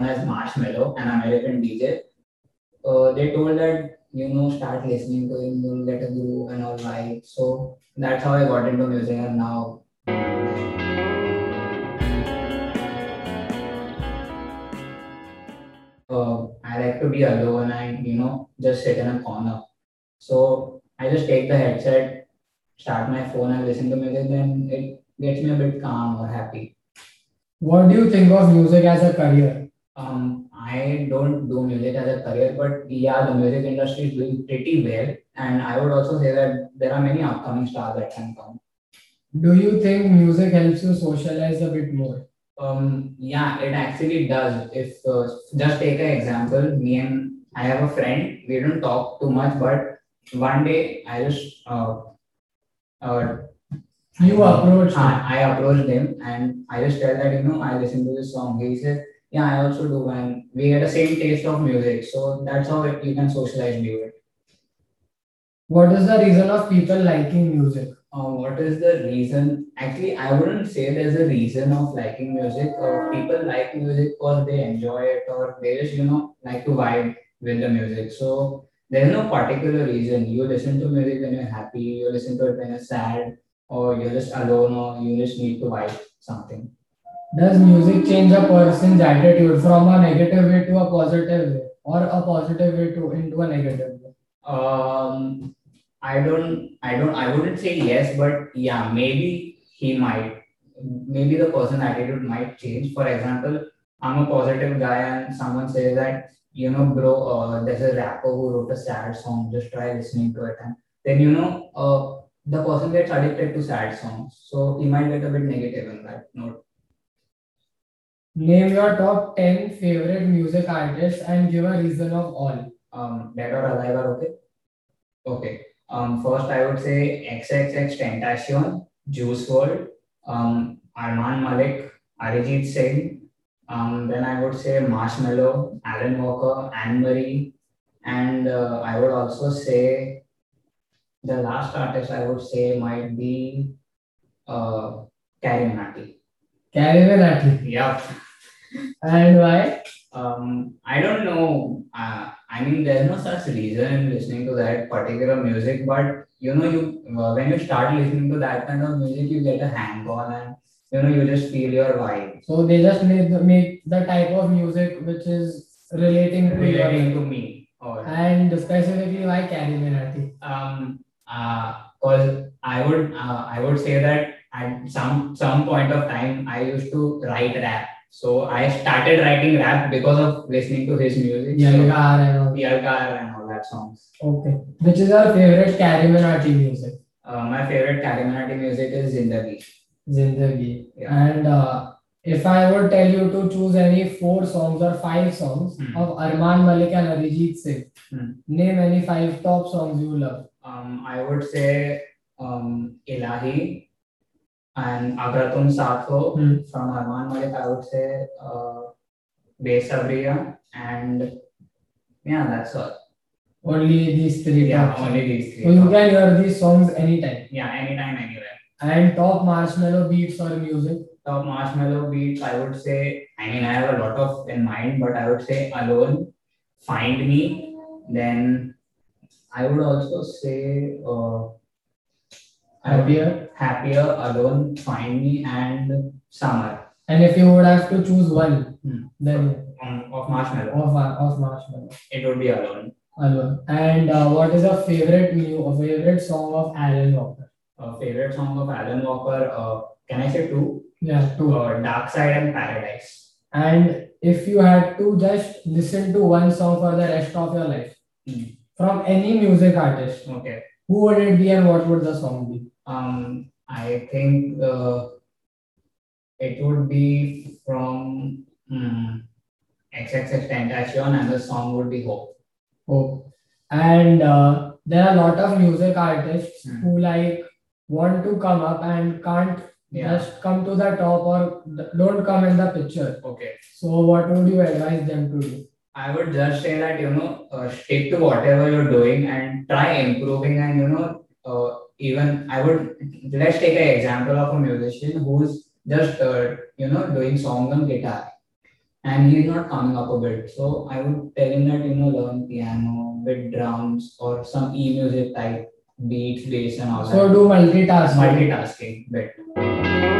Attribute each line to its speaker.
Speaker 1: as Marshmello, an American DJ. Uh, they told that you know start listening to him, you'll get a groove and all like. So that's how I got into music, and now. Uh, I like to be alone and you know just sit in a corner. So I just take the headset, start my phone and listen to music, then it gets me a bit calm or happy.
Speaker 2: What do you think of music as a career?
Speaker 1: Um, I don't do music as a career, but yeah, the music industry is doing pretty well. And I would also say that there are many upcoming stars that can come.
Speaker 2: Do you think music helps you socialize a bit more?
Speaker 1: Um, yeah, it actually does. If uh, just take an example, me and I have a friend. We don't talk too much, but one day I just uh, uh,
Speaker 2: You approach
Speaker 1: I, I approached him and I just tell that you know I listen to this song. He said, "Yeah, I also do." And we had the same taste of music, so that's how it, you can socialize with it.
Speaker 2: What is the reason of people liking music?
Speaker 1: Uh, what is the reason? Actually, I wouldn't say there's a reason of liking music. Or people like music because they enjoy it, or they just you know like to vibe with the music. So there's no particular reason. You listen to music when you're happy. You listen to it when you're sad, or you're just alone, or you just need to vibe something.
Speaker 2: Does music change a person's attitude from a negative way to a positive way or a positive way to into a negative way?
Speaker 1: Um, I don't, I don't, I wouldn't say yes, but yeah, maybe he might. Maybe the person attitude might change. For example, I'm a positive guy, and someone says that you know, bro, uh, there's a rapper who wrote a sad song. Just try listening to it, and then you know, uh, the person gets addicted to sad songs, so he might get a bit negative on that note.
Speaker 2: Name your top 10 favorite music artists and give a reason of all.
Speaker 1: Um, dead or alive are okay. Okay. Um, first, I would say XXX Tentacion, Juice World, um, Arman Malik, Arijit Singh. Um, then I would say Marshmello, Alan Walker, Anne Marie, and uh, I would also say the last artist I would say might be uh, Karim Matty.
Speaker 2: Carry the Nati.
Speaker 1: Yeah.
Speaker 2: And why?
Speaker 1: Um, I don't know. Uh, I mean, there's no such reason in listening to that particular music, but you know, you uh, when you start listening to that kind of music, you get a hang on, and you know, you just feel your vibe.
Speaker 2: So they just make the, make the type of music which is relating to
Speaker 1: Relating to
Speaker 2: your
Speaker 1: me, or
Speaker 2: and specifically why Carry the Nati?
Speaker 1: um, uh, cause I would, uh, I would say that at some some point of time, I used to write rap. So I started writing rap because of listening to his music. So,
Speaker 2: Yalgar and all.
Speaker 1: Yalgar and all that songs.
Speaker 2: Okay. Which is our favorite Carry the Nati music?
Speaker 1: Uh, my favorite Karimanati music is Zindagi.
Speaker 2: Zindagi.
Speaker 1: Yeah.
Speaker 2: And uh, if I would tell you to choose any four songs or five songs
Speaker 1: Hmm.
Speaker 2: of Arman Malik and Arijit Singh,
Speaker 1: Hmm.
Speaker 2: name any five top songs you love.
Speaker 1: Um, I would say um, Ilahi and Agra Tum Saath Ho
Speaker 2: Hmm.
Speaker 1: from Arman Malik. I would say uh, Besabriya and yeah, that's all.
Speaker 2: Only these three.
Speaker 1: Yeah,
Speaker 2: top songs.
Speaker 1: only these three.
Speaker 2: So you can hear these songs anytime.
Speaker 1: Yeah, anytime, anywhere.
Speaker 2: And top marshmallow beats or music.
Speaker 1: Top Marshmallow beats, I would say, I mean, I have a lot of in mind, but I would say Alone, Find Me, then I would also say uh, I would-
Speaker 2: Happier.
Speaker 1: happier alone find me and summer
Speaker 2: And if you would have to choose one,
Speaker 1: Hmm.
Speaker 2: then
Speaker 1: um, of marshmallow
Speaker 2: of, of marshmallow
Speaker 1: it would be alone
Speaker 2: alone. And uh, what is your favorite new or favorite song of Alan Walker?
Speaker 1: uh, favorite song of alan walker uh, can i say two
Speaker 2: Yeah, two.
Speaker 1: uh, dark side and paradise
Speaker 2: And if you had to just listen to one song for the rest of your life
Speaker 1: Hmm.
Speaker 2: from any music artist,
Speaker 1: okay
Speaker 2: who would it be and what would the song be?
Speaker 1: um i think uh, it would be from mm, xxx tentacion and the song would be hope
Speaker 2: Oh, and uh, there are a lot of music artists
Speaker 1: Hmm.
Speaker 2: who like want to come up and can't
Speaker 1: yeah
Speaker 2: just come to the top or th- don't come in the picture.
Speaker 1: okay
Speaker 2: So, what would you advise them to do?
Speaker 1: I would just say that you know uh, stick to whatever you're doing and try improving and you know uh, even I would let's take an example of a musician who's just uh, you know doing songs on guitar. and he's not coming up a bit. So I would tell him that you know learn piano, bit drums or some e music type beats, bass and all
Speaker 2: So
Speaker 1: that.
Speaker 2: do multitasking.
Speaker 1: multitasking bit.